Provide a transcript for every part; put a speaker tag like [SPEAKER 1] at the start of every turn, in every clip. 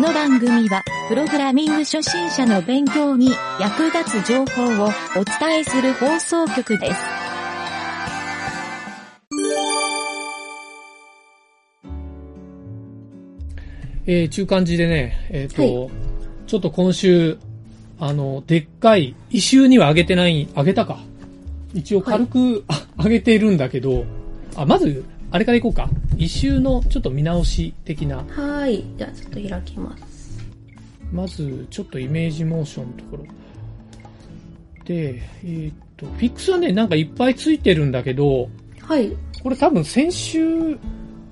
[SPEAKER 1] の番組は、プログラミング初心者の勉強に役立つ情報をお伝えする放送局です。
[SPEAKER 2] えー、中間時でね、えっ、と、
[SPEAKER 3] は
[SPEAKER 2] ちょっと今週、あの、でっかい、異臭には上げてない、上げたか。一応軽く、あ上げているんだけど、あ、まず、あれからいこうか。異臭のちょっと見直し的な。
[SPEAKER 3] はーい。じゃあちょっと開きます。
[SPEAKER 2] まず、ちょっとイメージモーションのところ。で、えーっと、フィックスはね、なんかいっぱいついてるんだけど、
[SPEAKER 3] はい。
[SPEAKER 2] これ多分先週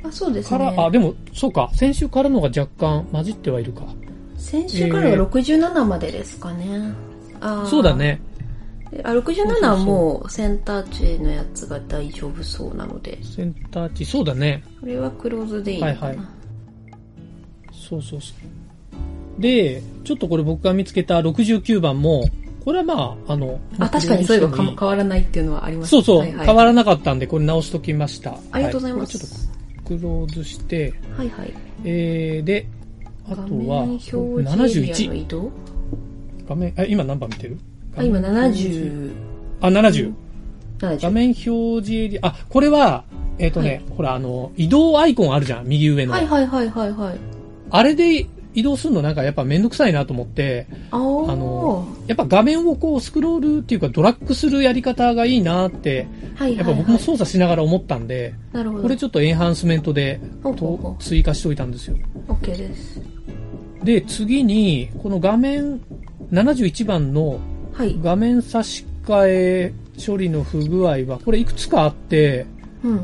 [SPEAKER 3] あ、そうです
[SPEAKER 2] から、
[SPEAKER 3] ね。
[SPEAKER 2] あ、でも、そうか、先週からのが若干混じってはいるか。
[SPEAKER 3] 先週から
[SPEAKER 2] えー
[SPEAKER 3] は67までですかね。あー
[SPEAKER 2] そうだ。ね。
[SPEAKER 3] あ、67はもうセンター値のやつが大丈夫そうなので、
[SPEAKER 2] センター値、そうだね。
[SPEAKER 3] これはクローズでいいのかな。
[SPEAKER 2] はいはいそうそうそう。で、ちょっとこれ僕が見つけた69番も、これはまあ、あの、
[SPEAKER 3] あ、確かにそういえばか
[SPEAKER 2] 変わ
[SPEAKER 3] 変わらないっていうのはあります
[SPEAKER 2] そうそう、
[SPEAKER 3] はいはい、
[SPEAKER 2] 変わらなかったんで、これ直しときました。
[SPEAKER 3] ありがとうございます。
[SPEAKER 2] はこれちょっとクローズして、
[SPEAKER 3] はいはい。
[SPEAKER 2] えー、で、あ
[SPEAKER 3] 画
[SPEAKER 2] とは、
[SPEAKER 3] 面表示エリアの
[SPEAKER 2] 71。
[SPEAKER 3] 移動
[SPEAKER 2] 画面、え、今何番見てる
[SPEAKER 3] あ、今。70。
[SPEAKER 2] あ、70。画
[SPEAKER 3] 70。
[SPEAKER 2] 面表示エリア、あ、これは、えっ、とね、ほら、あの、移動アイコンあるじゃん、右上の。
[SPEAKER 3] はいはいはいはいはい。
[SPEAKER 2] あれで移動するのなんかやっぱめんどくさいなと思って、
[SPEAKER 3] あー
[SPEAKER 2] あのやっぱ画面をこうスクロールっていうかドラッグするやり方がいいなって、
[SPEAKER 3] はい
[SPEAKER 2] や
[SPEAKER 3] は
[SPEAKER 2] っぱ
[SPEAKER 3] い
[SPEAKER 2] 僕
[SPEAKER 3] は
[SPEAKER 2] も
[SPEAKER 3] い。
[SPEAKER 2] 操作しながら思ったんで、
[SPEAKER 3] なるほど。
[SPEAKER 2] これちょっとエンハンスメントで
[SPEAKER 3] ほうほうほ
[SPEAKER 2] と
[SPEAKER 3] う
[SPEAKER 2] 追加しておいたんですよ。
[SPEAKER 3] OK です。
[SPEAKER 2] で、次に、この画面71番の
[SPEAKER 3] はい。
[SPEAKER 2] 画面差し替え処理の不具合は、これいくつかあって、
[SPEAKER 3] うん。う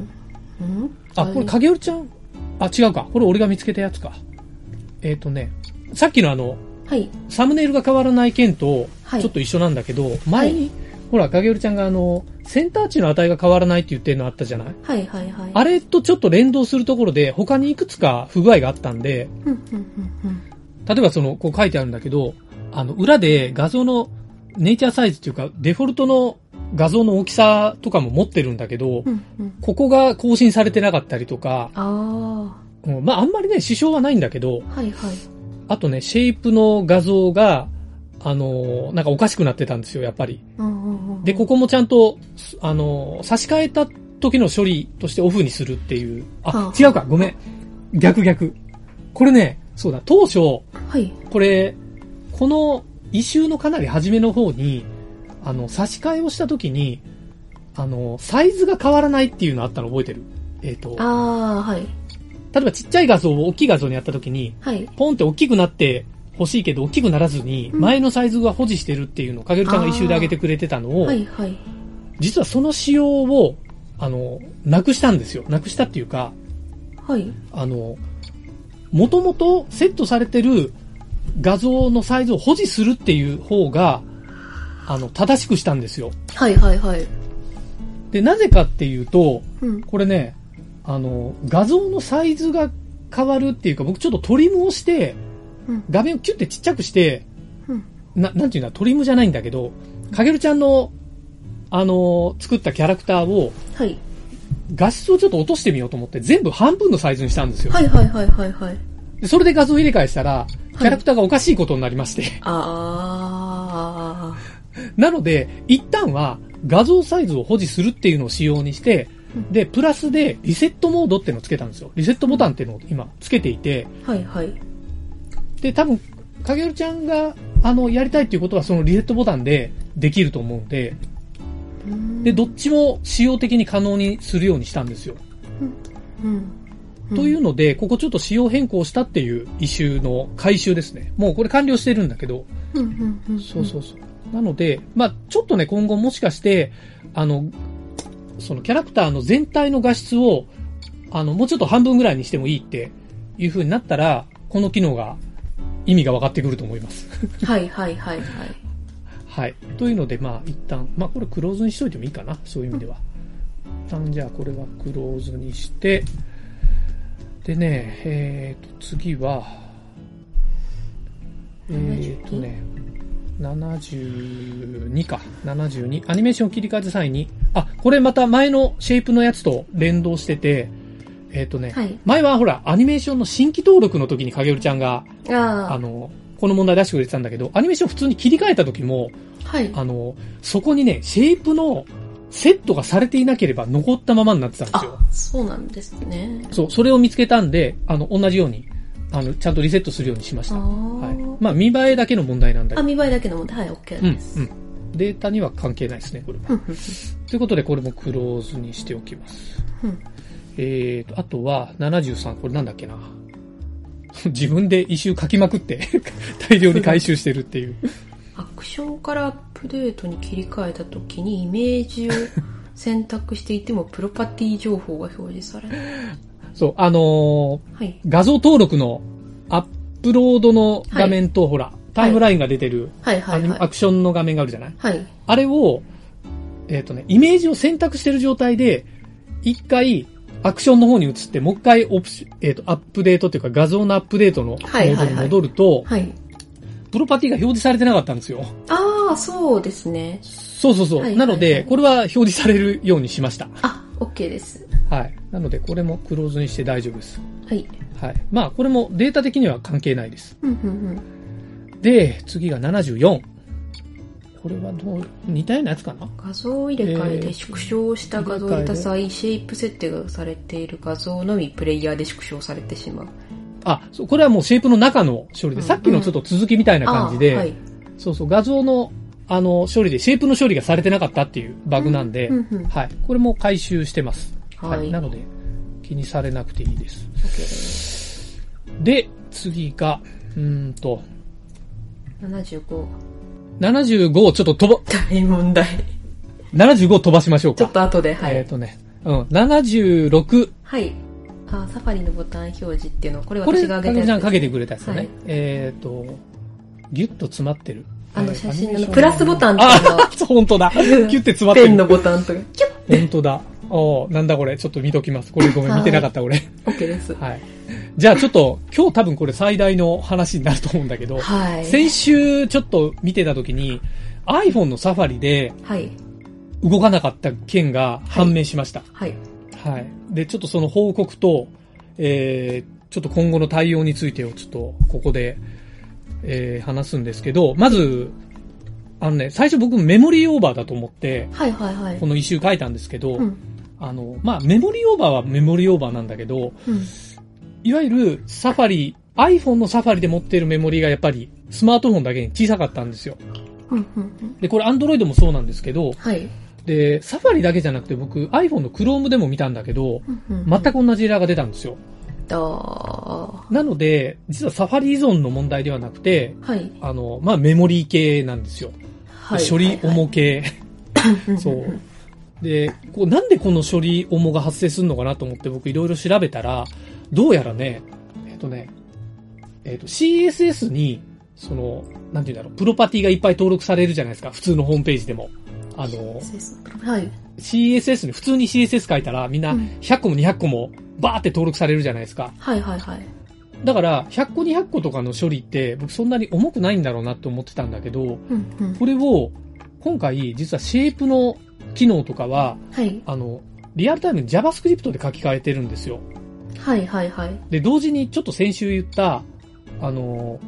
[SPEAKER 3] ん
[SPEAKER 2] あ、これ影織ちゃんあ、違うか。これ俺が見つけたやつか。えっ、とね、さっきのあの、
[SPEAKER 3] はい。
[SPEAKER 2] サムネイルが変わらない件と、
[SPEAKER 3] はい
[SPEAKER 2] ちょっと一緒なんだけど、前に、ほら、影織ちゃんがあの、センター値の値が変わらないって言ってるのあったじゃない
[SPEAKER 3] はいはいはい。
[SPEAKER 2] あれとちょっと連動するところで、他にいくつか不具合があったんで、
[SPEAKER 3] うんうんうんうん。
[SPEAKER 2] 例えばその、こう書いてあるんだけど、あの、裏で画像のネイチャーサイズっていうか、デフォルトの画像の大きさとかも持ってるんだけど、
[SPEAKER 3] うんうん。
[SPEAKER 2] ここが更新されてなかったりとか、
[SPEAKER 3] あ
[SPEAKER 2] うんまああんまりね、支障はないんだけど、
[SPEAKER 3] あ、はいはい。
[SPEAKER 2] あとね、シェイプの画像が、あのーなんかおかしくなってたんですよ、やっぱり。
[SPEAKER 3] うんうんうん。
[SPEAKER 2] で、ここもちゃんと、すあのー差し替えた時の処理としてオフにするっていう。あ
[SPEAKER 3] は、あ
[SPEAKER 2] 違うか、ごめん。逆逆。これね、そうだ、当初、
[SPEAKER 3] はい。
[SPEAKER 2] これ、この異臭のかなり初めの方に、あの、差し替えをした時に、あの、サイズが変わらないっていうのあったの覚えてるえっ、と、
[SPEAKER 3] ああ、はい。
[SPEAKER 2] 例えばちっちゃい画像を大きい画像にやった時に、
[SPEAKER 3] はい。
[SPEAKER 2] ポンって大きくなって欲しいけど大きくならずに、
[SPEAKER 3] うん
[SPEAKER 2] 前のサイズが保持してるっていうのを、かげるちゃんが一周で上げてくれてたのを、
[SPEAKER 3] はいはい。
[SPEAKER 2] 実はその仕様を、あの、なくしたんですよ。なくしたっていうか、
[SPEAKER 3] はい。
[SPEAKER 2] あの、もともとセットされてる画像のサイズを保持するっていう方が、あの、正しくしたんですよ。
[SPEAKER 3] はいはいはい。
[SPEAKER 2] で、なぜかっていうと、
[SPEAKER 3] うん。
[SPEAKER 2] これね、あの、画像のサイズが変わるっていうか、僕ちょっとトリムをして
[SPEAKER 3] うん、
[SPEAKER 2] 画面をキュッてちっちゃくして、
[SPEAKER 3] うん
[SPEAKER 2] な、なんていうんだ、トリムじゃないんだけど、かげるちゃんの、あの、作ったキャラクターを、
[SPEAKER 3] はい。
[SPEAKER 2] 画質をちょっと落としてみようと思って、全部半分のサイズにしたんですよ。
[SPEAKER 3] はいはいはいはいはい。
[SPEAKER 2] でそれで画像入れ替えしたら、キャラクターがおかしいことになりまして、
[SPEAKER 3] ああ。
[SPEAKER 2] なので、一旦は画像サイズを保持するっていうのを仕様にして、
[SPEAKER 3] うん
[SPEAKER 2] で、プラスでリセットモードっていうのをつけたんですよ。リセットボタンっていうのを今つけていて、
[SPEAKER 3] はいはい。
[SPEAKER 2] で、多分、かげるちゃんが、あの、やりたいっていうことはそのリセットボタンでできると思うんで、
[SPEAKER 3] うん
[SPEAKER 2] で、どっちも仕様的に可能にするようにしたんですよ。
[SPEAKER 3] うん。
[SPEAKER 2] というので、ここちょっと仕様変更したっていう異臭の回収ですね。もうこれ完了してるんだけど、
[SPEAKER 3] うんうんうん。
[SPEAKER 2] そうそうそう。なので、まあちょっとね、今後もしかして、あの、そのキャラクターの全体の画質を、あの、もうちょっと半分ぐらいにしてもいいっていう風になったら、この機能が、意味が分かってくると思います。
[SPEAKER 3] う。はいはいはいはい。
[SPEAKER 2] はい。というので、まあ一旦、まあこれクローズにしといてもいいかな。そういう意味では。一旦じゃあこれはクローズにして、でね、えー、と、次は、えー、とね、72か。72。アニメーションを切り替えた際に、あ、これまた前のシェイプのやつと連動してて、えっ、とね、
[SPEAKER 3] はい。
[SPEAKER 2] 前はほら、アニメーションの新規登録の時に影織ちゃんが、あ
[SPEAKER 3] あ
[SPEAKER 2] の、この問題出してくれてたんだけど、アニメーション普通に切り替えた時も、
[SPEAKER 3] あ、はい。
[SPEAKER 2] あの、そこにね、シェイプのセットがされていなければ残ったままになってたんですよ
[SPEAKER 3] あ。、そうなんですね。
[SPEAKER 2] そう、それを見つけたんで、あの、同じように、あの、ちゃんとリセットするようにしまし
[SPEAKER 3] あ
[SPEAKER 2] た。はい
[SPEAKER 3] ー。
[SPEAKER 2] まあ、見栄えだけの問題なんだけ
[SPEAKER 3] あ、
[SPEAKER 2] ど。
[SPEAKER 3] 見栄えだけのもんで、はい、OK
[SPEAKER 2] うん、う
[SPEAKER 3] です。
[SPEAKER 2] ん。データには関係ないですね、これは。
[SPEAKER 3] ふんふん
[SPEAKER 2] ということで、これもクローズにしておきます。
[SPEAKER 3] ふん
[SPEAKER 2] えーと、あとは、73、これなんだっけな。 自分で一周書きまくって、 大量に回収してるっていう。
[SPEAKER 3] アクションからアップデートに切り替えた時にイメージを選択していてもプロパティ情報が表示される。
[SPEAKER 2] そう、あの
[SPEAKER 3] はい。
[SPEAKER 2] ー画像登録のアップロードの画面と、ほら、タイムラインが出てる、
[SPEAKER 3] はいは
[SPEAKER 2] ア
[SPEAKER 3] い
[SPEAKER 2] ニ
[SPEAKER 3] はい
[SPEAKER 2] ア。クションの画面があるじゃない
[SPEAKER 3] はい。
[SPEAKER 2] あれを、えっ、とね、イメージを選択してる状態で、一回、アクションの方に移って、もう一回オプシ、えっ、と、アップデートというか画像のアップデートのモ
[SPEAKER 3] はい
[SPEAKER 2] ー
[SPEAKER 3] は
[SPEAKER 2] ド
[SPEAKER 3] いはい
[SPEAKER 2] に戻ると、
[SPEAKER 3] はい。
[SPEAKER 2] プロパティが表示されてなかったんですよ。
[SPEAKER 3] ああ、そうですね。
[SPEAKER 2] そうそうそう。
[SPEAKER 3] はい
[SPEAKER 2] なの
[SPEAKER 3] はいは
[SPEAKER 2] で、
[SPEAKER 3] い
[SPEAKER 2] これは表示されるようにしました。
[SPEAKER 3] あ、OK です。
[SPEAKER 2] はい。なので、これもクローズにして大丈夫です。
[SPEAKER 3] はい。
[SPEAKER 2] はい。まあ、これもデータ的には関係ないです。
[SPEAKER 3] うんうん
[SPEAKER 2] で、次が74。これはどう、似たようなやつかな
[SPEAKER 3] 画像入れ替え
[SPEAKER 2] えー
[SPEAKER 3] で縮小した画像を入れた際、シェイプ設定がされている画像のみプレイヤーで縮小されてしまう。
[SPEAKER 2] あ、そう、これはもうシェイプの中の処理で、
[SPEAKER 3] うん
[SPEAKER 2] さっきのちょっと続きみたいな
[SPEAKER 3] あ
[SPEAKER 2] 感
[SPEAKER 3] あ
[SPEAKER 2] じ
[SPEAKER 3] ー、
[SPEAKER 2] で、
[SPEAKER 3] はい。
[SPEAKER 2] そうそう、画像の、あの、処理で、シェイプの処理がされてなかったっていうバグなんで、
[SPEAKER 3] うんうん。OK
[SPEAKER 2] はい。これも回収してます。
[SPEAKER 3] はい
[SPEAKER 2] なので、気にされなくていいです。
[SPEAKER 3] です。
[SPEAKER 2] で、次が、うーんと、
[SPEAKER 3] 75。
[SPEAKER 2] 75をちょっと飛ば、
[SPEAKER 3] 大問題。
[SPEAKER 2] 75を飛ばしましょう
[SPEAKER 3] ち
[SPEAKER 2] か。
[SPEAKER 3] ょっと後で、はい。
[SPEAKER 2] えっ、とね、うん、76、
[SPEAKER 3] はい。あ、サファリのボタン表示っていうのは、これ
[SPEAKER 2] これ、
[SPEAKER 3] 私が
[SPEAKER 2] か
[SPEAKER 3] 挙
[SPEAKER 2] け
[SPEAKER 3] げ
[SPEAKER 2] みち
[SPEAKER 3] た
[SPEAKER 2] ゃ
[SPEAKER 3] や
[SPEAKER 2] ん
[SPEAKER 3] つ
[SPEAKER 2] かけてくれたやつだね。
[SPEAKER 3] はい
[SPEAKER 2] えっ、と、ギュッと詰まってる。
[SPEAKER 3] あ
[SPEAKER 2] え
[SPEAKER 3] の
[SPEAKER 2] ー
[SPEAKER 3] 写
[SPEAKER 2] アニメ
[SPEAKER 3] 真
[SPEAKER 2] ーシ
[SPEAKER 3] の
[SPEAKER 2] ョン
[SPEAKER 3] プラスボタンと
[SPEAKER 2] あ
[SPEAKER 3] かの、
[SPEAKER 2] そう 本当だ。ギュッて詰まってる。
[SPEAKER 3] ペンのボタンとか、キュッ
[SPEAKER 2] 本当だ。おーなんだこれ。ちょっと見ときます。これごめん、
[SPEAKER 3] はい
[SPEAKER 2] 見てなかった、俺。
[SPEAKER 3] !OK です。
[SPEAKER 2] はい。じゃあちょっと、今日多分これ最大の話になると思うんだけど、
[SPEAKER 3] はい。
[SPEAKER 2] 先週ちょっと見てた時に、iPhone のサファリで
[SPEAKER 3] はい。
[SPEAKER 2] 動かなかった件が判明しました。
[SPEAKER 3] はい。
[SPEAKER 2] はい。で、ちょっとその報告と、えー、ちょっと今後の対応についてをちょっと、ここで、えー、話すんですけど、まず、あのね、最初僕メモリーオーバーだと思って、
[SPEAKER 3] はいはいはい
[SPEAKER 2] こ。の一周書いたんですけど、
[SPEAKER 3] うん。
[SPEAKER 2] あの、まあ、メモリーオーバーはメモリーオーバーなんだけど、
[SPEAKER 3] うん。
[SPEAKER 2] いわゆるサファリ、iPhone のサファリで持っているメモリーがやっぱりスマートフォンだけに小さかったんですよ。
[SPEAKER 3] うん。うん。
[SPEAKER 2] で、これ Android もそうなんですけど、
[SPEAKER 3] はい。
[SPEAKER 2] で、サファリだけじゃなくて僕 iPhone の Chrome でも見たんだけど、全く
[SPEAKER 3] く。
[SPEAKER 2] 同じエラーが出たんですよ。
[SPEAKER 3] あ
[SPEAKER 2] なので、実はサファリ依存の問題ではなくて、
[SPEAKER 3] ーはい。
[SPEAKER 2] あの、まあ、メモリー系なんですよ。
[SPEAKER 3] はい。
[SPEAKER 2] 処理
[SPEAKER 3] はい
[SPEAKER 2] 重系。
[SPEAKER 3] はい。
[SPEAKER 2] そう。で、こう、なんでこの処理重が発生するのかなと思って僕いろいろ調べたら、どうやらね、えっとね、えっと CSS に、その、なんていうんだろう、プロパティがいっぱい登録されるじゃないですか、普通のホームページでも。あの、
[SPEAKER 3] はい。
[SPEAKER 2] CSS に、普通に CSS 書いたらみんな
[SPEAKER 3] うん
[SPEAKER 2] 100個も200個もバーって登録されるじゃないですか。
[SPEAKER 3] はいはいはい。
[SPEAKER 2] だから、100個200個とかの処理って僕そんなに重くないんだろうなって思ってたんだけど、
[SPEAKER 3] うん。うん。
[SPEAKER 2] これを、今回実はシェイプの機能とかは、
[SPEAKER 3] はい。
[SPEAKER 2] あの、リアルタイムに JavaScript で書き換えてるんですよ。
[SPEAKER 3] はいはいはい。
[SPEAKER 2] で、同時にちょっと先週言った、あの、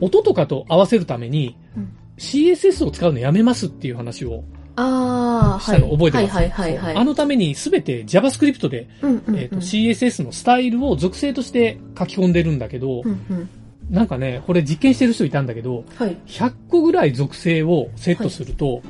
[SPEAKER 2] 音とかと合わせるために
[SPEAKER 3] うん
[SPEAKER 2] CSS を使うのやめますっていう話を
[SPEAKER 3] あー、
[SPEAKER 2] し
[SPEAKER 3] は
[SPEAKER 2] た
[SPEAKER 3] い。
[SPEAKER 2] の覚えてます。
[SPEAKER 3] はいはいはいはい。
[SPEAKER 2] あのためにすべて JavaScript で、
[SPEAKER 3] うんうんうん、
[SPEAKER 2] えっと CSS のスタイルを属性として書き込んでるんだけど、
[SPEAKER 3] うんうん。
[SPEAKER 2] なんかね、これ実験してる人いたんだけど、
[SPEAKER 3] はい。
[SPEAKER 2] 100個ぐらい属性をセットすると、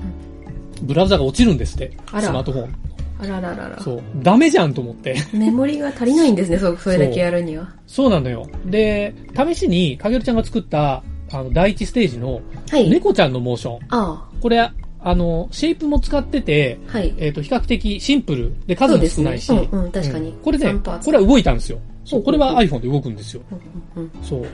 [SPEAKER 2] ブラウザが落ちるんですって、ス
[SPEAKER 3] あら
[SPEAKER 2] マートフォン。
[SPEAKER 3] あらららら。
[SPEAKER 2] そう。ダメじゃんと思って。
[SPEAKER 3] メモリが足りないんですね、そうそれだけやるには。
[SPEAKER 2] そうなのよ。で、試しに、かげるちゃんが作った、あの、第一ステージの、
[SPEAKER 3] はい。
[SPEAKER 2] 猫ちゃんのモーション。
[SPEAKER 3] あ
[SPEAKER 2] これ、あの、シェイプも使ってて、
[SPEAKER 3] あ、はい。
[SPEAKER 2] えっ、と、比較的シンプルで数も少ないし。
[SPEAKER 3] そうですねうんうん確かに
[SPEAKER 2] うこれね
[SPEAKER 3] 三パー、ツ
[SPEAKER 2] これは動いたんですよ。そう、これ
[SPEAKER 3] うん
[SPEAKER 2] は iPhone で動くんですよ。
[SPEAKER 3] うんうんうん
[SPEAKER 2] そう。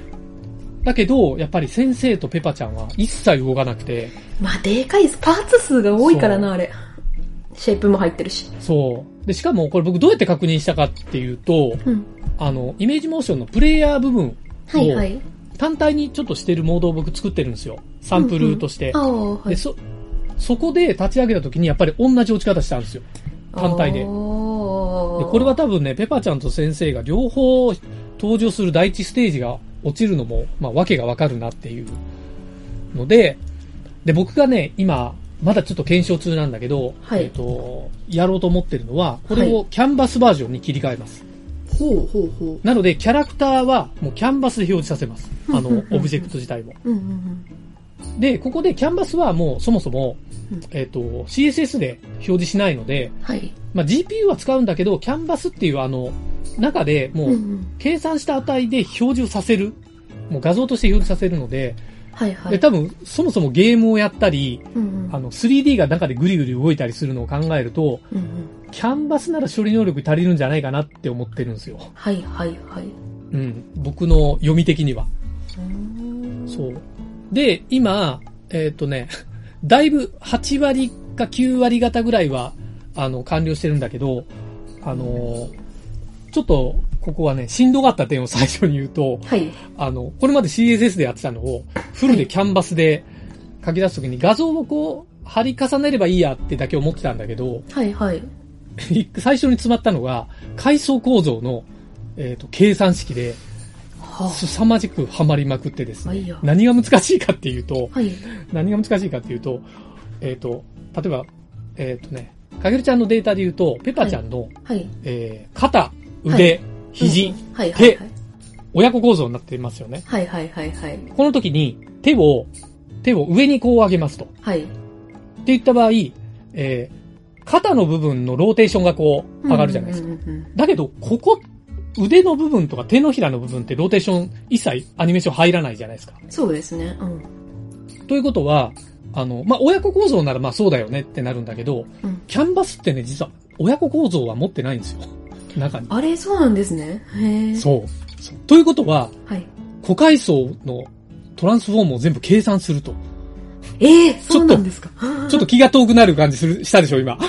[SPEAKER 2] だけど、やっぱり先生とペパちゃんは一切動かなくて、
[SPEAKER 3] まあ、でかいです。パーツ数が多いから
[SPEAKER 2] そ
[SPEAKER 3] な、あれ。シェイプも入ってるし。
[SPEAKER 2] そう。で、しかもこれ僕どうやって確認したかっていうと、
[SPEAKER 3] うん。
[SPEAKER 2] あの、イメージモーションのプレイヤー部分
[SPEAKER 3] はいはい。
[SPEAKER 2] 単体にちょっとしてるモードを僕作ってるんですよ。サンプルとして。
[SPEAKER 3] ああ、は
[SPEAKER 2] で
[SPEAKER 3] い。
[SPEAKER 2] そそこで立ち上げた時にやっぱり同じ落ち方したんですよ。単体で
[SPEAKER 3] おー
[SPEAKER 2] でこれは多分ね、ペパちゃんと先生が両方登場する第一ステージが落ちるのも、まあ、わけがわかるなっていうので、で、僕がね、今、まだちょっと検証中なんだけど、
[SPEAKER 3] はい
[SPEAKER 2] えっ、と、やろうと思ってるのは、これ
[SPEAKER 3] は
[SPEAKER 2] をキャンバスバージョンに切り替えます。
[SPEAKER 3] ほうほうほ
[SPEAKER 2] なので、キャラクターはもうキャンバスで表示させ ます。あの、オブジェクト自体を。
[SPEAKER 3] う。うんうんうん。
[SPEAKER 2] で、ここでキャンバスはもうそもそも
[SPEAKER 3] うん、
[SPEAKER 2] えっ、と、CSS で表示しないので、
[SPEAKER 3] はい。
[SPEAKER 2] まあ、GPU は使うんだけど、キャンバスっていうあの、中でも
[SPEAKER 3] うんう。
[SPEAKER 2] うん計算した値で表示をさせる。もう画像として表示させるので、
[SPEAKER 3] はいは
[SPEAKER 2] で
[SPEAKER 3] い。
[SPEAKER 2] 多分そもそもゲームをやったり、
[SPEAKER 3] うんう
[SPEAKER 2] あ
[SPEAKER 3] ん。
[SPEAKER 2] の 3D が中でぐりぐり動いたりするのを考えると、
[SPEAKER 3] うんうん。
[SPEAKER 2] キャンバスなら処理能力足りるんじゃないかなって思ってるんですよ。
[SPEAKER 3] はいはいはい。
[SPEAKER 2] うん。僕の読み的には。
[SPEAKER 3] うーん
[SPEAKER 2] そう。で、今、えーっ、とね、だいぶ8割か9割方ぐらいは、あの、完了してるんだけど、あのーちょっと、ここはね、しんどかった点を最初に言うと、
[SPEAKER 3] はい。
[SPEAKER 2] あの、これまで CSS でやってたのを、フルでキャンバスで書き出すときに画像をこう、貼り重ねればいいやってだけ思ってたんだけど、
[SPEAKER 3] はいはい。
[SPEAKER 2] 最初に詰まったのが、階層構造の、えーっ、と、計算式で、
[SPEAKER 3] は
[SPEAKER 2] 凄まじくハマりまくってです
[SPEAKER 3] あ。
[SPEAKER 2] ね、
[SPEAKER 3] はいや。
[SPEAKER 2] 何が難しいかっていうと、
[SPEAKER 3] はい。
[SPEAKER 2] 何が難しいかっていうと、えっ、と、例えば、えっ、とね、かげるちゃんのデータで言うと、ペパちゃんの、
[SPEAKER 3] はい。
[SPEAKER 2] えー肩、腕、肘、
[SPEAKER 3] うん。はいはい
[SPEAKER 2] 手
[SPEAKER 3] はい。
[SPEAKER 2] 親子構造になっていますよね。
[SPEAKER 3] はいはいはいはい。
[SPEAKER 2] この時に、手を、手を上にこう上げますと。って
[SPEAKER 3] はい。
[SPEAKER 2] 言った場合、えー肩の部分のローテーションがこう、上がるじゃないですか。
[SPEAKER 3] か。うんうん
[SPEAKER 2] だけど、ここ、腕の部分とか手のひらの部分ってローテーション一切アニメーション入らないじゃないですか。
[SPEAKER 3] うんそうですね。うん。
[SPEAKER 2] ということは、あの、まあ、親子構造ならまあそうだよねってなるんだけど、
[SPEAKER 3] うん
[SPEAKER 2] キャンバスってね、実は親子構造は持ってないんですよ。 中に。
[SPEAKER 3] あれ、そうなんですね。へえ。
[SPEAKER 2] そう。そうということは、
[SPEAKER 3] はい。
[SPEAKER 2] 個階層のトランスフォームを全部計算すると。
[SPEAKER 3] ええ、
[SPEAKER 2] ょっと
[SPEAKER 3] そうなんですか。
[SPEAKER 2] ちょっと気が遠くなる感じする、したでしょ、今。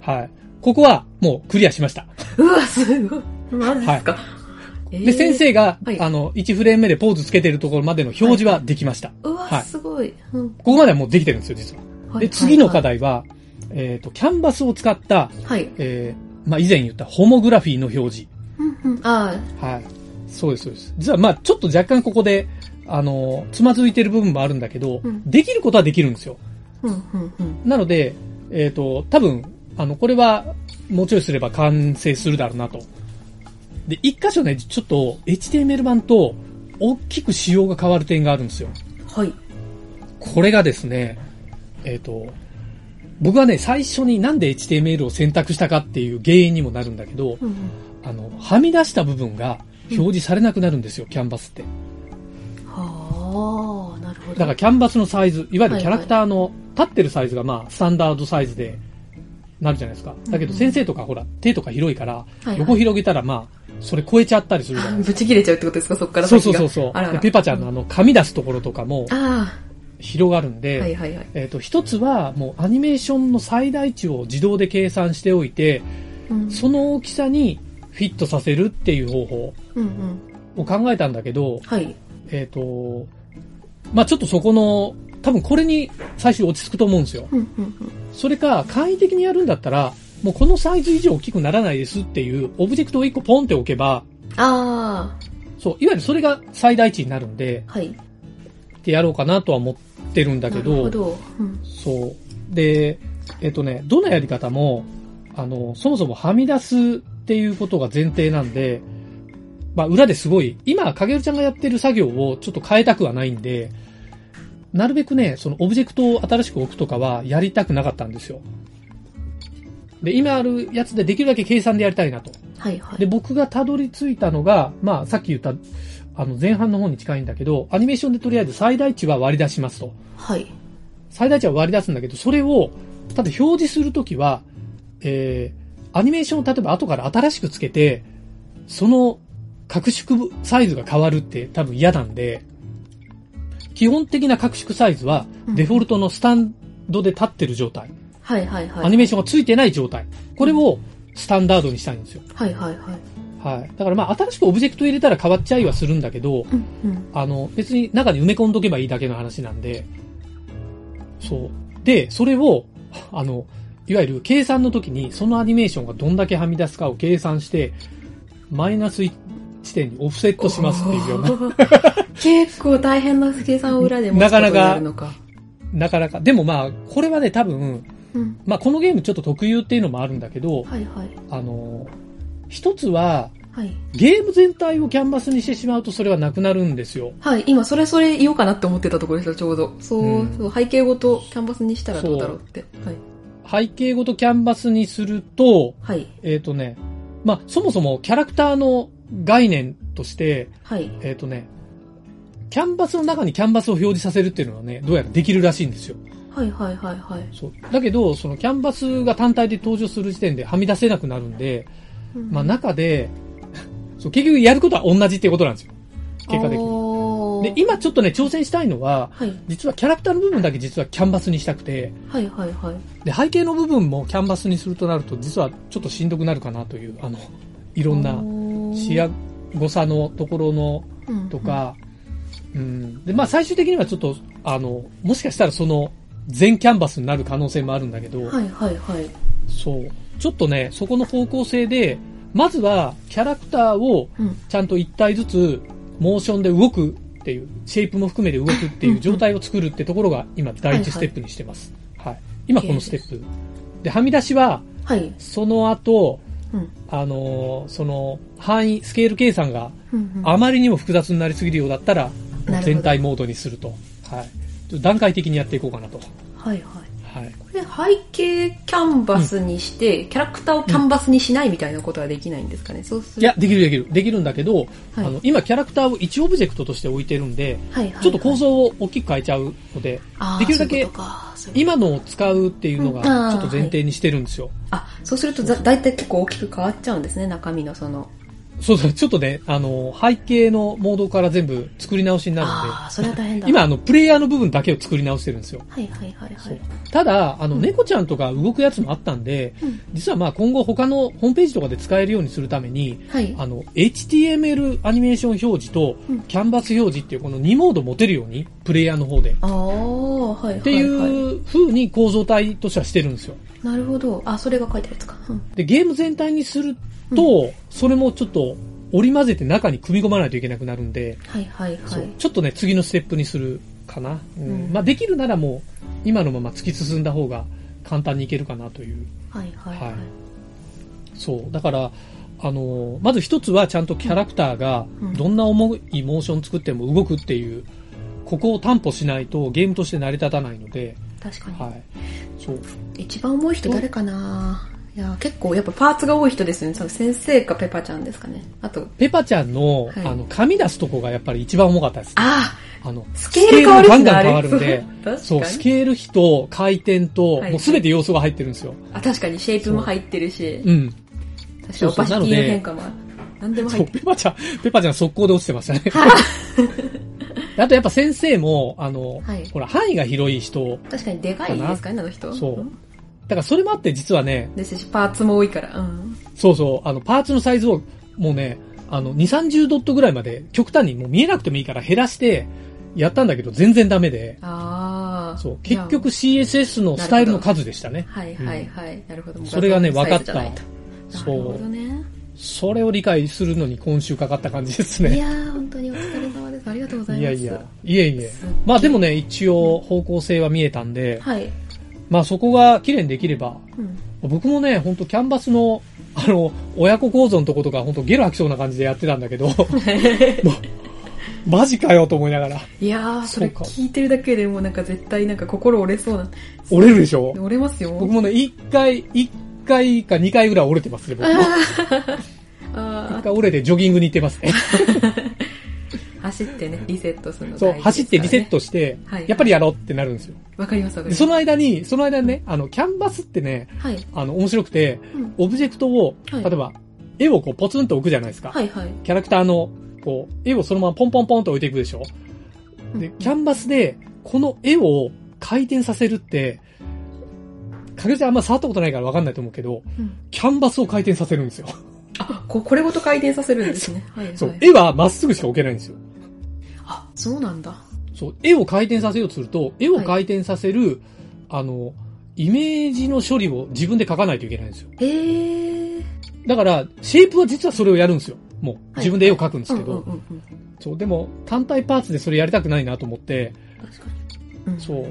[SPEAKER 2] はい。ここはもうクリアしました。
[SPEAKER 3] うわ、すごい。マジですか。え
[SPEAKER 2] で、
[SPEAKER 3] ー
[SPEAKER 2] 先。生が、
[SPEAKER 3] はい
[SPEAKER 2] あの、1フレーム目でポーズつけてるところまでの表示はできました。
[SPEAKER 3] う
[SPEAKER 2] は
[SPEAKER 3] わ、
[SPEAKER 2] い
[SPEAKER 3] すごい。うん
[SPEAKER 2] ここまではもうできてるんですよ、実は。
[SPEAKER 3] はい
[SPEAKER 2] で、次の課
[SPEAKER 3] 題。
[SPEAKER 2] 題は、えっ、と、キャンバスを使った、
[SPEAKER 3] はい。
[SPEAKER 2] えー、まあ、以前言ったホモグラフィーの表示。
[SPEAKER 3] うんうん。ああ、
[SPEAKER 2] はい。そうです、そうです。実は、まあ、ちょっと若干ここで、あの、つまずいてる部分もあるんだけど、
[SPEAKER 3] うん
[SPEAKER 2] できることはできるんですよ。
[SPEAKER 3] うんうんうん。
[SPEAKER 2] なので、えっ、と、多分、あの、これは、もうちょいすれば完成するだろうなと。で、一箇所ね、ちょっと、HTML 版と、大きく仕様が変わる点があるんですよ。
[SPEAKER 3] はい。
[SPEAKER 2] これがですね、えっ、と、僕はね、最初になんで HTML を選択したかっていう原因にもなるんだけど、
[SPEAKER 3] うんうん
[SPEAKER 2] あの、はみ出した部分が表示されなくなるんですよ、キャンバスって。
[SPEAKER 3] はあ、なるほど。
[SPEAKER 2] だ からキャンバスのサイズ、いわゆるキャラクターの立ってるサイズがまあ、スタンダードサイズでなるじゃないですか。だけど
[SPEAKER 3] うん
[SPEAKER 2] 先生とかほら、手とか広いから
[SPEAKER 3] いはい、
[SPEAKER 2] 横広げたらまあ、それ超えちゃったりするじゃないです
[SPEAKER 3] ぶち切れちゃうってことですか、そっか
[SPEAKER 2] か。
[SPEAKER 3] ら
[SPEAKER 2] そう
[SPEAKER 3] 先
[SPEAKER 2] そう
[SPEAKER 3] が。
[SPEAKER 2] そうそう
[SPEAKER 3] あらあ。ら
[SPEAKER 2] でペパちゃんのあの、紙出すところとかも
[SPEAKER 3] あ
[SPEAKER 2] 広がるん
[SPEAKER 3] あ、はい
[SPEAKER 2] で、
[SPEAKER 3] はいはい。
[SPEAKER 2] えっと、一つはもうアニメーションの最大値を自動で計算しておいて、
[SPEAKER 3] うん
[SPEAKER 2] その大きさにフィットさせるっていう方法
[SPEAKER 3] うんうん。
[SPEAKER 2] を考えたんだけど、
[SPEAKER 3] はい。
[SPEAKER 2] えっ、と、まあちょっとそこの、多分これに最初落ち着くと思うんですよ。
[SPEAKER 3] うんうん
[SPEAKER 2] それか、簡易的にやるんだったら、もうこのサイズ以上大きくならないですっていう、オブジェクトを1個ポンって置けば、
[SPEAKER 3] うん。あ
[SPEAKER 2] そう、いわゆるそれが最大値になるんで、
[SPEAKER 3] あ、はい。
[SPEAKER 2] ってやろうかなとは思ってるんだけ
[SPEAKER 3] なる
[SPEAKER 2] ど、
[SPEAKER 3] ほど。うん。
[SPEAKER 2] そう。で、えっ、とね、どのやり方も、あの、そもそもはみ出すっていうことが前提なんで、まあ、裏ですごい、今、かげるちゃんがやってる作業をちょっと変えたくはないんで、なるべくね、そのオブジェクトを新しく置くとかはやりたくなかったんですよ。で、今あるやつでできるだけ計算でやりたいなと。
[SPEAKER 3] はいはい。
[SPEAKER 2] で、僕がたどり着いたのが、まあ、さっき言った、あの、前半の方に近いんだけど、アニメーションでとりあえず最大値は割り出しますと。
[SPEAKER 3] はい。
[SPEAKER 2] 最大値は割り出すんだけど、それを、ただ表示するときは、えー、アニメーションを例えば後から新しくつけて、その、拡縮サイズが変わるって多分嫌なんで、基本的な拡縮サイズは、
[SPEAKER 3] うん
[SPEAKER 2] デフォルトのスタンドで立ってる状態、
[SPEAKER 3] はいはいはい。
[SPEAKER 2] アニメーションがついてない状態、これをスタンダードにしたいんですよ。
[SPEAKER 3] はいはいはい。
[SPEAKER 2] はい。だからまあ、新しくオブジェクトを入れたら変わっちゃいはするんだけど、
[SPEAKER 3] うんうん。
[SPEAKER 2] あの、別に中に埋め込んどけばいいだけの話なんで、そう。で、それを、あの、いわゆる計算の時にそのアニメーションがどんだけはみ出すかを計算して、マイナス1点にオフセットしますっていうよう な、
[SPEAKER 3] 結構大変な計算を裏で持つことになるのか。
[SPEAKER 2] なかなか。でもまあ、これはね、多分、
[SPEAKER 3] うん。
[SPEAKER 2] まあこのゲームちょっと特有っていうのもあるんだけど、
[SPEAKER 3] はいはい。
[SPEAKER 2] あの、一つは、
[SPEAKER 3] はい。
[SPEAKER 2] ゲーム全体をキャンバスにしてしまうとそれはなくなるんですよ。
[SPEAKER 3] はい、今それそれ言おうかなって思ってたところでした、ちょうど。そう、
[SPEAKER 2] うん
[SPEAKER 3] そう背景ごとキャンバスにしたらどうだろうって。はい。
[SPEAKER 2] 背景ごとキャンバスにすると、
[SPEAKER 3] はい。
[SPEAKER 2] えっ、とね、まあそもそもキャラクターの概念として、
[SPEAKER 3] はい。
[SPEAKER 2] えっ、とね、キャンバスの中にキャンバスを表示させるっていうのはね、どうやらできるらしいんですよ。
[SPEAKER 3] はいはいはいはい。
[SPEAKER 2] そう。だけど、そのキャンバスが単体で登場する時点ではみ出せなくなるんで、
[SPEAKER 3] うん
[SPEAKER 2] まあ中で、 そう、結局やることは同じっていうことなんですよ。結果的に。
[SPEAKER 3] おー
[SPEAKER 2] で、今ちょっとね、挑戦したいのは、
[SPEAKER 3] はい。
[SPEAKER 2] 実はキャラクターの部分だけ実はキャンバスにしたくて、
[SPEAKER 3] はいはいはい。
[SPEAKER 2] で、背景の部分もキャンバスにするとなると、実はちょっとしんどくなるかなという、あの、いろんな、視野誤差のところのとか、うん。で、まあ最終的にはちょっと、あの、もしかしたらその、全キャンバスになる可能性もあるんだけど、
[SPEAKER 3] うん。はいはいはい。
[SPEAKER 2] そう。ちょっとね、そこの方向性で、まずはキャラクターを
[SPEAKER 3] うん
[SPEAKER 2] ちゃんと一体ずつモーションで動くっていう、シェイプも含めて動くっていう状態を作るってところが今第一ステップにしてます。はい。今このステップ。で、はみ出しは、
[SPEAKER 3] はい。
[SPEAKER 2] その後、
[SPEAKER 3] うん。
[SPEAKER 2] あのーその、範囲、スケール計算が
[SPEAKER 3] うんうん
[SPEAKER 2] あまりにも複雑になりすぎるようだったら
[SPEAKER 3] なるほど、
[SPEAKER 2] 全体モードにすると。はい。ちょっと段階的にやっていこうかなと。
[SPEAKER 3] はいはい。
[SPEAKER 2] はい。
[SPEAKER 3] これ背景キャンバスにして、キャラクターをキャンバスにしないみたいなことはできないんですかね。そうする
[SPEAKER 2] いや、、できるできる。できるんだけど、
[SPEAKER 3] はい
[SPEAKER 2] あの、今キャラクターを1オブジェクトとして置いてるんで、
[SPEAKER 3] はいはいはい
[SPEAKER 2] ちょっと構造を大きく変えちゃうので、
[SPEAKER 3] あー
[SPEAKER 2] できるだけ
[SPEAKER 3] そういうことかそういうこと
[SPEAKER 2] 今のを使うっていうのが
[SPEAKER 3] うんあー
[SPEAKER 2] ちょっと前提にしてるんですよ。
[SPEAKER 3] あ、そうするとだ大体結構大きく変わっちゃうんですね、中身のその。
[SPEAKER 2] そうそう、ちょっとね、あの、背景のモードから全部作り直しになるん
[SPEAKER 3] ああ、それは大変だ。
[SPEAKER 2] で、今、あの、プレイヤーの部分だけを作り直してるんですよ。
[SPEAKER 3] はいはいはいは
[SPEAKER 2] そう
[SPEAKER 3] い。
[SPEAKER 2] ただ、あの、
[SPEAKER 3] うん
[SPEAKER 2] 猫ちゃんとか動くやつもあったんで、
[SPEAKER 3] うん
[SPEAKER 2] 実はまあ今後他のホームページとかで使えるようにするために、
[SPEAKER 3] はい。
[SPEAKER 2] あの、HTML アニメーション表示と
[SPEAKER 3] うん、
[SPEAKER 2] キャンバス表示っていうこの2モード持てるように、プレイヤーの方で。
[SPEAKER 3] ああ、はいはいはい。
[SPEAKER 2] っていう風に構造体としてはしてるんですよ。
[SPEAKER 3] なるほど。あ、それが書いてあるやつか。うん
[SPEAKER 2] で、ゲーム全体にすると、それもちょっと織り交ぜて中に組み込まないといけなくなるんで、
[SPEAKER 3] はいはいは
[SPEAKER 2] そう
[SPEAKER 3] い。
[SPEAKER 2] ちょっとね、次のステップにするかな。うん
[SPEAKER 3] うん
[SPEAKER 2] まあ、できるならもう、今のまま突き進んだ方が簡単にいけるかなという。
[SPEAKER 3] はいはいは
[SPEAKER 2] はいい。そう。だから、あのーまず一つはちゃんとキャラクターが
[SPEAKER 3] うん
[SPEAKER 2] どんな重いモーション作っても動くっていう、ここを担保しないとゲームとして成り立たないので、
[SPEAKER 3] 確かに。
[SPEAKER 2] はい。そう。
[SPEAKER 3] 一番重い人誰かないや、結構やっぱパーツが多い人ですよね。多分先生かペパちゃんですかね。あと、
[SPEAKER 2] ペパちゃんの、
[SPEAKER 3] はい
[SPEAKER 2] あの、髪出すとこがやっぱり一番重かったですね。
[SPEAKER 3] あ
[SPEAKER 2] あの、
[SPEAKER 3] スケール変わる
[SPEAKER 2] ス
[SPEAKER 3] し
[SPEAKER 2] ケ
[SPEAKER 3] な
[SPEAKER 2] ールがガンガン変わるんで、
[SPEAKER 3] あれ
[SPEAKER 2] そ
[SPEAKER 3] そう
[SPEAKER 2] う、
[SPEAKER 3] 確かに
[SPEAKER 2] スケール比と回転と、
[SPEAKER 3] はい
[SPEAKER 2] もうすべて要素が入ってるんですよ。
[SPEAKER 3] あ、あ確かにシェイプも入ってるし、
[SPEAKER 2] うん。
[SPEAKER 3] 確かにオパシティの変化もある。何でも入
[SPEAKER 2] そ
[SPEAKER 3] っ
[SPEAKER 2] う、
[SPEAKER 3] てる。
[SPEAKER 2] ペパちゃん、ペパちゃん速攻で落ちてましたね。あ とやっぱ先生も、あの、
[SPEAKER 3] はい
[SPEAKER 2] ほら、範囲が広い人、
[SPEAKER 3] 確かにでかいですかね、あの人。
[SPEAKER 2] そう。だからそれもあって実はね、
[SPEAKER 3] ですし、パーツも多いから。うん。
[SPEAKER 2] そうそう、あの、パーツのサイズを、もうね、あの、2、30ドットぐらいまで、極端にもう見えなくてもいいから減らして、やったんだけど全然ダメで、
[SPEAKER 3] ああ。
[SPEAKER 2] そう、結局 CSS のスタイルの数でしたね。
[SPEAKER 3] はいはいはい。なるほど。もう
[SPEAKER 2] それがね
[SPEAKER 3] 画像のサイズじゃないとな
[SPEAKER 2] 分かっ
[SPEAKER 3] る
[SPEAKER 2] た
[SPEAKER 3] ほどね。
[SPEAKER 2] それを理解するのに今週かかった感じです
[SPEAKER 3] い
[SPEAKER 2] ね。
[SPEAKER 3] やー、本当にお疲れ様です。ありがとうござい
[SPEAKER 2] い
[SPEAKER 3] ます。
[SPEAKER 2] やいや、いえいえ
[SPEAKER 3] すっげえ。
[SPEAKER 2] まあでもね、一応方向性は見えたんで、
[SPEAKER 3] はい。
[SPEAKER 2] まあそこが綺麗にできれば、
[SPEAKER 3] うん。
[SPEAKER 2] 僕もね、ほんとキャンバスの、あの、親子構造のとことか、ほんとゲロ吐きそうな感じでやってたんだ けど、もうマジかよと思いながら、
[SPEAKER 3] いやー、それ
[SPEAKER 2] そうか
[SPEAKER 3] 聞いてるだけでもうなんか絶対なんか心折れそうな。
[SPEAKER 2] 折れるでしょ
[SPEAKER 3] 折れますよ。
[SPEAKER 2] 僕もね、一回、一回か二回ぐらい折れてますね、僕も。
[SPEAKER 3] あ
[SPEAKER 2] 一回折れてジョギングに行ってますね。
[SPEAKER 3] ー走ってね、リセットするの大事ですか
[SPEAKER 2] そう、
[SPEAKER 3] らね
[SPEAKER 2] 走ってリセッ。トして
[SPEAKER 3] はい、
[SPEAKER 2] やっぱりやろうってなるんですよ。
[SPEAKER 3] わかりますわかりま
[SPEAKER 2] で
[SPEAKER 3] す。
[SPEAKER 2] その間に、その間にね、あの、キャンバスってね、
[SPEAKER 3] はい。
[SPEAKER 2] あの、面白くて
[SPEAKER 3] うん、
[SPEAKER 2] オブジェクトを、
[SPEAKER 3] は
[SPEAKER 2] 例
[SPEAKER 3] い
[SPEAKER 2] えば、絵をこう、ポツンと置くじゃないですか。
[SPEAKER 3] はいはい。
[SPEAKER 2] キャラクターの、こう、絵をそのままポンポンポンと置いていくでしょで、キャンバスで、この絵を回転させるって、かげちゃんあんま触ったことないからわかんないと思うけど、
[SPEAKER 3] うん
[SPEAKER 2] キャンバスを回転させるんですよ。
[SPEAKER 3] あ、ここれごと回転させるんですね。はいはい。
[SPEAKER 2] そう、絵はまっすぐしか置けないんですよ。
[SPEAKER 3] あ、そうなんだ。
[SPEAKER 2] そう、絵を回転させようとすると、絵を回転させる、あの、イメージの処理を自分で書かないといけないんですよ。
[SPEAKER 3] えー。
[SPEAKER 2] だから、シェイプは実はそれをやるんですよ。もう、自分で絵を描くんですけど、
[SPEAKER 3] うんうんうんうん。
[SPEAKER 2] そう、でも、単体パーツでそれやりたくないなと思って、
[SPEAKER 3] 確かに。うん、
[SPEAKER 2] そう。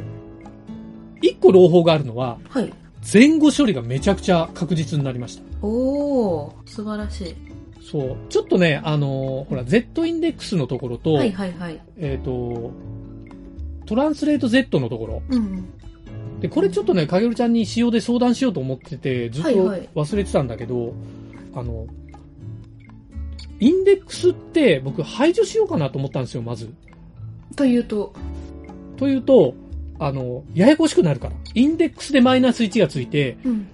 [SPEAKER 2] 一個朗報があるのは、
[SPEAKER 3] はい。
[SPEAKER 2] 前後処理がめちゃくちゃ確実になりました。
[SPEAKER 3] おー、素晴らしい。
[SPEAKER 2] そう。ちょっとね、あのーほら、Z インデックスのところと、
[SPEAKER 3] はいはいはい。
[SPEAKER 2] えっ、と、トランスレート Z のところ。
[SPEAKER 3] うん。
[SPEAKER 2] で、これちょっとね、かげるちゃんに仕様で相談しようと思ってて、ずっと
[SPEAKER 3] はいはい
[SPEAKER 2] 忘れてたんだけど、あの、インデックスって僕排除しようかなと思ったんですよ、まず。
[SPEAKER 3] というと、
[SPEAKER 2] というと、あの、ややこしくなるから。インデックスでマイナス1がついて、
[SPEAKER 3] うん。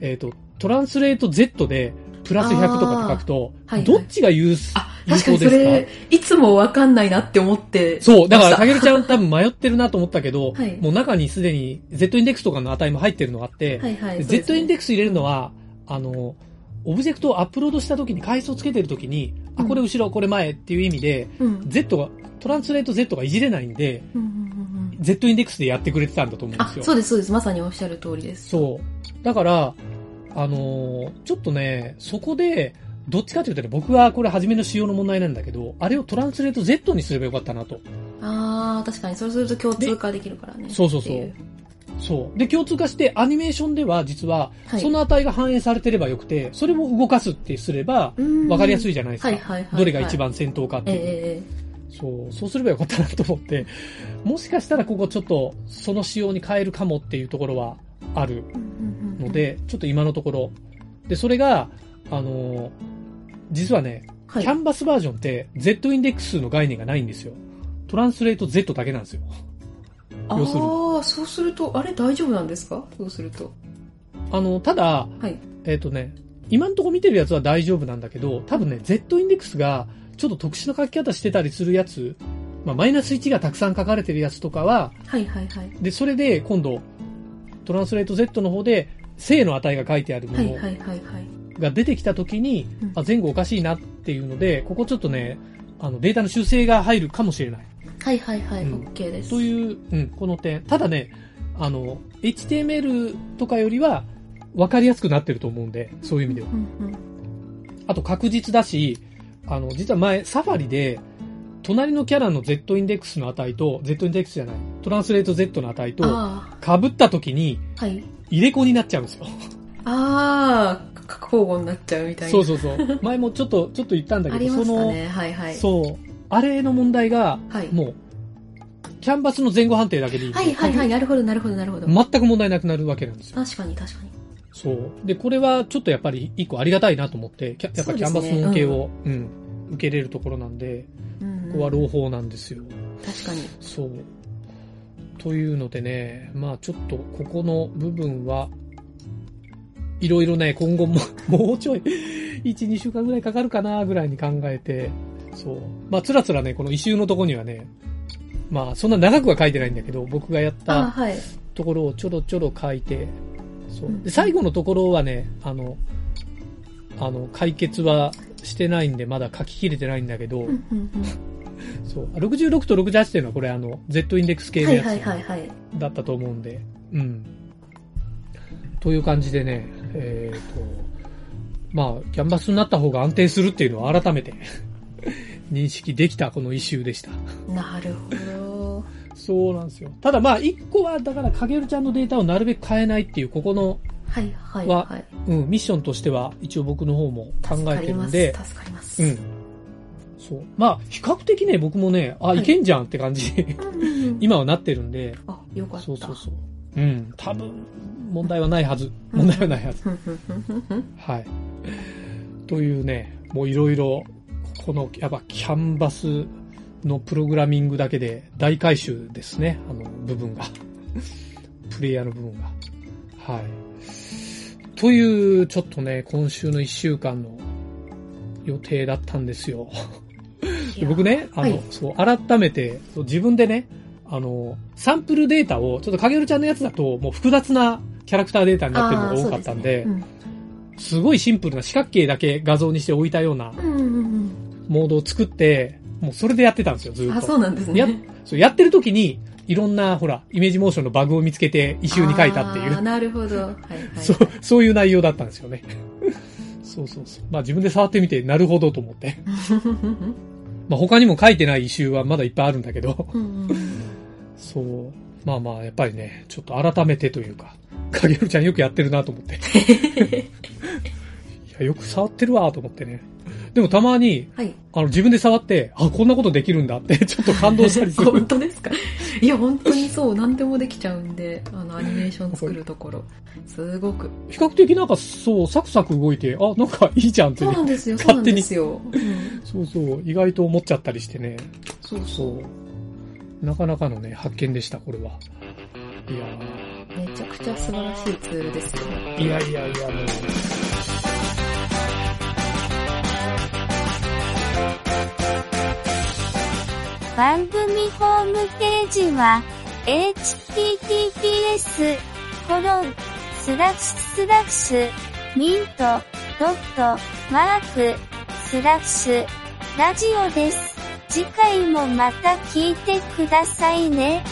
[SPEAKER 2] えっ、と、トランスレート Z で、プラス100とかって書くと、
[SPEAKER 3] あーはいはい
[SPEAKER 2] どっちが有す
[SPEAKER 3] あ、確かにそ
[SPEAKER 2] 有効で
[SPEAKER 3] れ、いつもわかんないなって思って。
[SPEAKER 2] そう、だから、
[SPEAKER 3] ま
[SPEAKER 2] か
[SPEAKER 3] し
[SPEAKER 2] げるちゃん多分迷ってるなと思ったけど、
[SPEAKER 3] はい
[SPEAKER 2] もう中にすでに Z インデックスとかの値も入ってるのがあって、
[SPEAKER 3] たはいはい。そうです
[SPEAKER 2] Z
[SPEAKER 3] ね
[SPEAKER 2] インデックス入れるのは、あの、オブジェクトをアップロードした時に階層つけてる時に、あ、
[SPEAKER 3] うん
[SPEAKER 2] これ後ろ、これ前っていう意味で、
[SPEAKER 3] うん。
[SPEAKER 2] Z が、トランスレート Z がいじれないんで、
[SPEAKER 3] うんうんうんうん
[SPEAKER 2] Z インデックスでやってくれてたんだと思うんで
[SPEAKER 3] あ
[SPEAKER 2] す、よ。
[SPEAKER 3] そうです、そうです。まさにおっしゃる通りです。
[SPEAKER 2] そう。だから、あのーちょっとね、そこで、どっちかというとね、僕はこれ初めの仕様の問題なんだけど、あれをトランスレート Z にすればよかったなと。
[SPEAKER 3] あー、確かに。そうすると共通化できるからね。
[SPEAKER 2] そうそう
[SPEAKER 3] って
[SPEAKER 2] そ。
[SPEAKER 3] いう
[SPEAKER 2] そう。で、共通化して、アニメーションでは実は、
[SPEAKER 3] はい
[SPEAKER 2] その値が反映されてればよくて、それも動かすってすれば、
[SPEAKER 3] う。
[SPEAKER 2] わかりやす
[SPEAKER 3] い。
[SPEAKER 2] いじゃないですか。
[SPEAKER 3] はいはいはいはい。
[SPEAKER 2] どれが一番先頭かって
[SPEAKER 3] え
[SPEAKER 2] いう、
[SPEAKER 3] ええ
[SPEAKER 2] そう、そうすればよかったなと思って、もしかしたらここちょっと、その仕様に変えるかもっていうところはある
[SPEAKER 3] えうんうんうん
[SPEAKER 2] の、で、ちょっと今のところ。で、それが、あのー実はね、
[SPEAKER 3] はい、
[SPEAKER 2] キャンバスバージョンって Z インデックスの概念がないんですよ。トランスレート Z だけなんですよ。
[SPEAKER 3] あ
[SPEAKER 2] 要するに
[SPEAKER 3] ー、そうすると、あれ大丈夫なんですかそうすると。
[SPEAKER 2] あの、ただ、
[SPEAKER 3] はい
[SPEAKER 2] えっ、とね、今のところ見てるやつは大丈夫なんだけど、多分ね、Z インデックスがちょっと特殊な書き方してたりするやつ、まあ、マイナス1がたくさん書かれてるやつとかは、
[SPEAKER 3] はいはいはい。
[SPEAKER 2] で、それで今度、トランスレート Z の方で、正の値が書いてあるも
[SPEAKER 3] はい
[SPEAKER 2] の
[SPEAKER 3] はいはいはい。
[SPEAKER 2] が出てきたときに、
[SPEAKER 3] うん
[SPEAKER 2] あ、前後おかしいなっていうので、ここちょっとね、あの、データの修正が入るかもしれない。
[SPEAKER 3] はいはいはい。
[SPEAKER 2] うん
[SPEAKER 3] OK です。
[SPEAKER 2] という、うん、この点。ただね、あの、HTML とかよりは、分かりやすくなってると思うんで、そういう意味では。
[SPEAKER 3] うんうん
[SPEAKER 2] あと確実だし、あの、実は前、サファリで、隣のキャラの Z インデックスの値と、Z インデックスじゃない、トランスレート Z の値と、
[SPEAKER 3] あ
[SPEAKER 2] 被った時に、
[SPEAKER 3] あ、はい。
[SPEAKER 2] 入れ子になっちゃうんですよ。
[SPEAKER 3] ああ、交互になっちゃうみたいな。
[SPEAKER 2] そうそうそう。前もちょっと、ちょっと言ったんだ
[SPEAKER 3] あ
[SPEAKER 2] け
[SPEAKER 3] り
[SPEAKER 2] ど、
[SPEAKER 3] まし
[SPEAKER 2] そ
[SPEAKER 3] た
[SPEAKER 2] の、
[SPEAKER 3] ね。はいはい。
[SPEAKER 2] そう、あれの問題が、
[SPEAKER 3] はい。
[SPEAKER 2] もう、キャンバスの前後判定だけでいいんで
[SPEAKER 3] はいはいはい。なるほどなるほどなるほど。
[SPEAKER 2] 全く問題なくなるわけなんですよ。
[SPEAKER 3] 確かに確かに。
[SPEAKER 2] そう。で、これはちょっとやっぱり一個ありがたいなと思って、キャやっぱキャンバスの恩恵を、うん、受けれるところなんで、
[SPEAKER 3] うん、
[SPEAKER 2] ここは朗報なんですよ。
[SPEAKER 3] 確かに。
[SPEAKER 2] そう。というのでね、まあちょっとここの部分は、いろいろね、今後も、 もうちょい、1、2週間ぐらいかかるかな、ぐらいに考えて、そう。まあつらつらね、この異臭のとこにはね、まあそんな長くは書いてないんだけど、僕がやっ
[SPEAKER 3] ああ、
[SPEAKER 2] た
[SPEAKER 3] はい。
[SPEAKER 2] ところをちょろちょろ書いて、そうう。
[SPEAKER 3] ん
[SPEAKER 2] で最後のところはね、あの、あの、解決はしてないんで、まだ書ききれてないんだけ
[SPEAKER 3] う
[SPEAKER 2] ど、
[SPEAKER 3] んうんうん
[SPEAKER 2] そう。66と68っていうのはこれあの、Z インデックス系の
[SPEAKER 3] はい
[SPEAKER 2] やつ。
[SPEAKER 3] はいはいはい。
[SPEAKER 2] だったと思うんで、うん。という感じでね、えっ、と、まあ、キャンバスになった方が安定するっていうのは改めて 認識できたこのイシューでした。
[SPEAKER 3] なるほど。
[SPEAKER 2] そうなんですよ。ただまあ、一個は、だから、かげるちゃんのデータをなるべく変えないっていう、ここの、
[SPEAKER 3] はいはい
[SPEAKER 2] は
[SPEAKER 3] はい。
[SPEAKER 2] うん、ミッションとしては、一応僕の方も考えてるん
[SPEAKER 3] 助
[SPEAKER 2] で
[SPEAKER 3] かりま、す。助かります。
[SPEAKER 2] うん。そう。まあ、比較的ね、僕もね、あ、いけんじゃんって感じ、
[SPEAKER 3] うんうんうん。
[SPEAKER 2] 今はなってるんで、
[SPEAKER 3] あ、よかった。
[SPEAKER 2] そうそうそう。うん、多分、問題はないはず。
[SPEAKER 3] うん
[SPEAKER 2] 問題はないはず。
[SPEAKER 3] ふんふんふんふんふん
[SPEAKER 2] はい。というね、もういろいろ、この、やっぱキャンバスのプログラミングだけで大回収ですね、あの部分が。 プレイヤーの部分が。はい。という、ちょっとね、今週の1週間の予定だったんですよ。
[SPEAKER 3] い
[SPEAKER 2] で
[SPEAKER 3] や
[SPEAKER 2] 僕ね、あの、
[SPEAKER 3] はい
[SPEAKER 2] そう、改めて、そう自分でね、あの、サンプルデータを、ちょっとかげるちゃんのやつだと、もう複雑なキャラクターデータになってるのが多かったんで、
[SPEAKER 3] あーそうすね
[SPEAKER 2] すごいシンプルな四角形だけ画像にして置いたような
[SPEAKER 3] うんうんうん
[SPEAKER 2] モードを作って、もうそれでやってたんですよ、ず
[SPEAKER 3] う
[SPEAKER 2] っ
[SPEAKER 3] ん。
[SPEAKER 2] と。
[SPEAKER 3] あ、そうなんですね。
[SPEAKER 2] やそうやってる時に、いろんな、ほら、イメージモーションのバグを見つけて、異臭に書いたってい
[SPEAKER 3] あー
[SPEAKER 2] う、
[SPEAKER 3] なるほど。はいはい。
[SPEAKER 2] そう、そういう内容だったんですよね。 そうそうそう。まあ自分で触ってみて、なるほどと 思って。まあ他にも書いてない異臭はまだいっぱいあるんだけど、
[SPEAKER 3] うんうん
[SPEAKER 2] そう。まあまあ、やっぱりね、ちょっと改めてというか、影るちゃんよくやってるなと思って。 いや、よく触ってるわと思ってね。でもたまに、
[SPEAKER 3] はい。
[SPEAKER 2] あの自分で触って、あ、こんなことできるんだって、 ちょっと感動したりする。
[SPEAKER 3] 本当ですかいや、本当にそう、何でもできちゃうんで、あの、アニメーション作るところ。すごく。
[SPEAKER 2] 比較的なんかそう、サクサク動いて、あ、なんかいいじゃんって
[SPEAKER 3] そう
[SPEAKER 2] ね。
[SPEAKER 3] なんですよ、そうな
[SPEAKER 2] 勝
[SPEAKER 3] ん
[SPEAKER 2] 手
[SPEAKER 3] で
[SPEAKER 2] に
[SPEAKER 3] すよ。うん
[SPEAKER 2] そうそう、意外と思っちゃったりしてね。
[SPEAKER 3] そうそ
[SPEAKER 2] そう。なかなかのね、発見でした、これは。いやー
[SPEAKER 3] う。めちゃくちゃ素晴らしいツールですよね。
[SPEAKER 2] いやいやいや、もう。
[SPEAKER 4] 番組ホームページは https コロンスラッシュスラッシュミントドットマークスラッシュラジオです。次回もまた聞いてくださいね。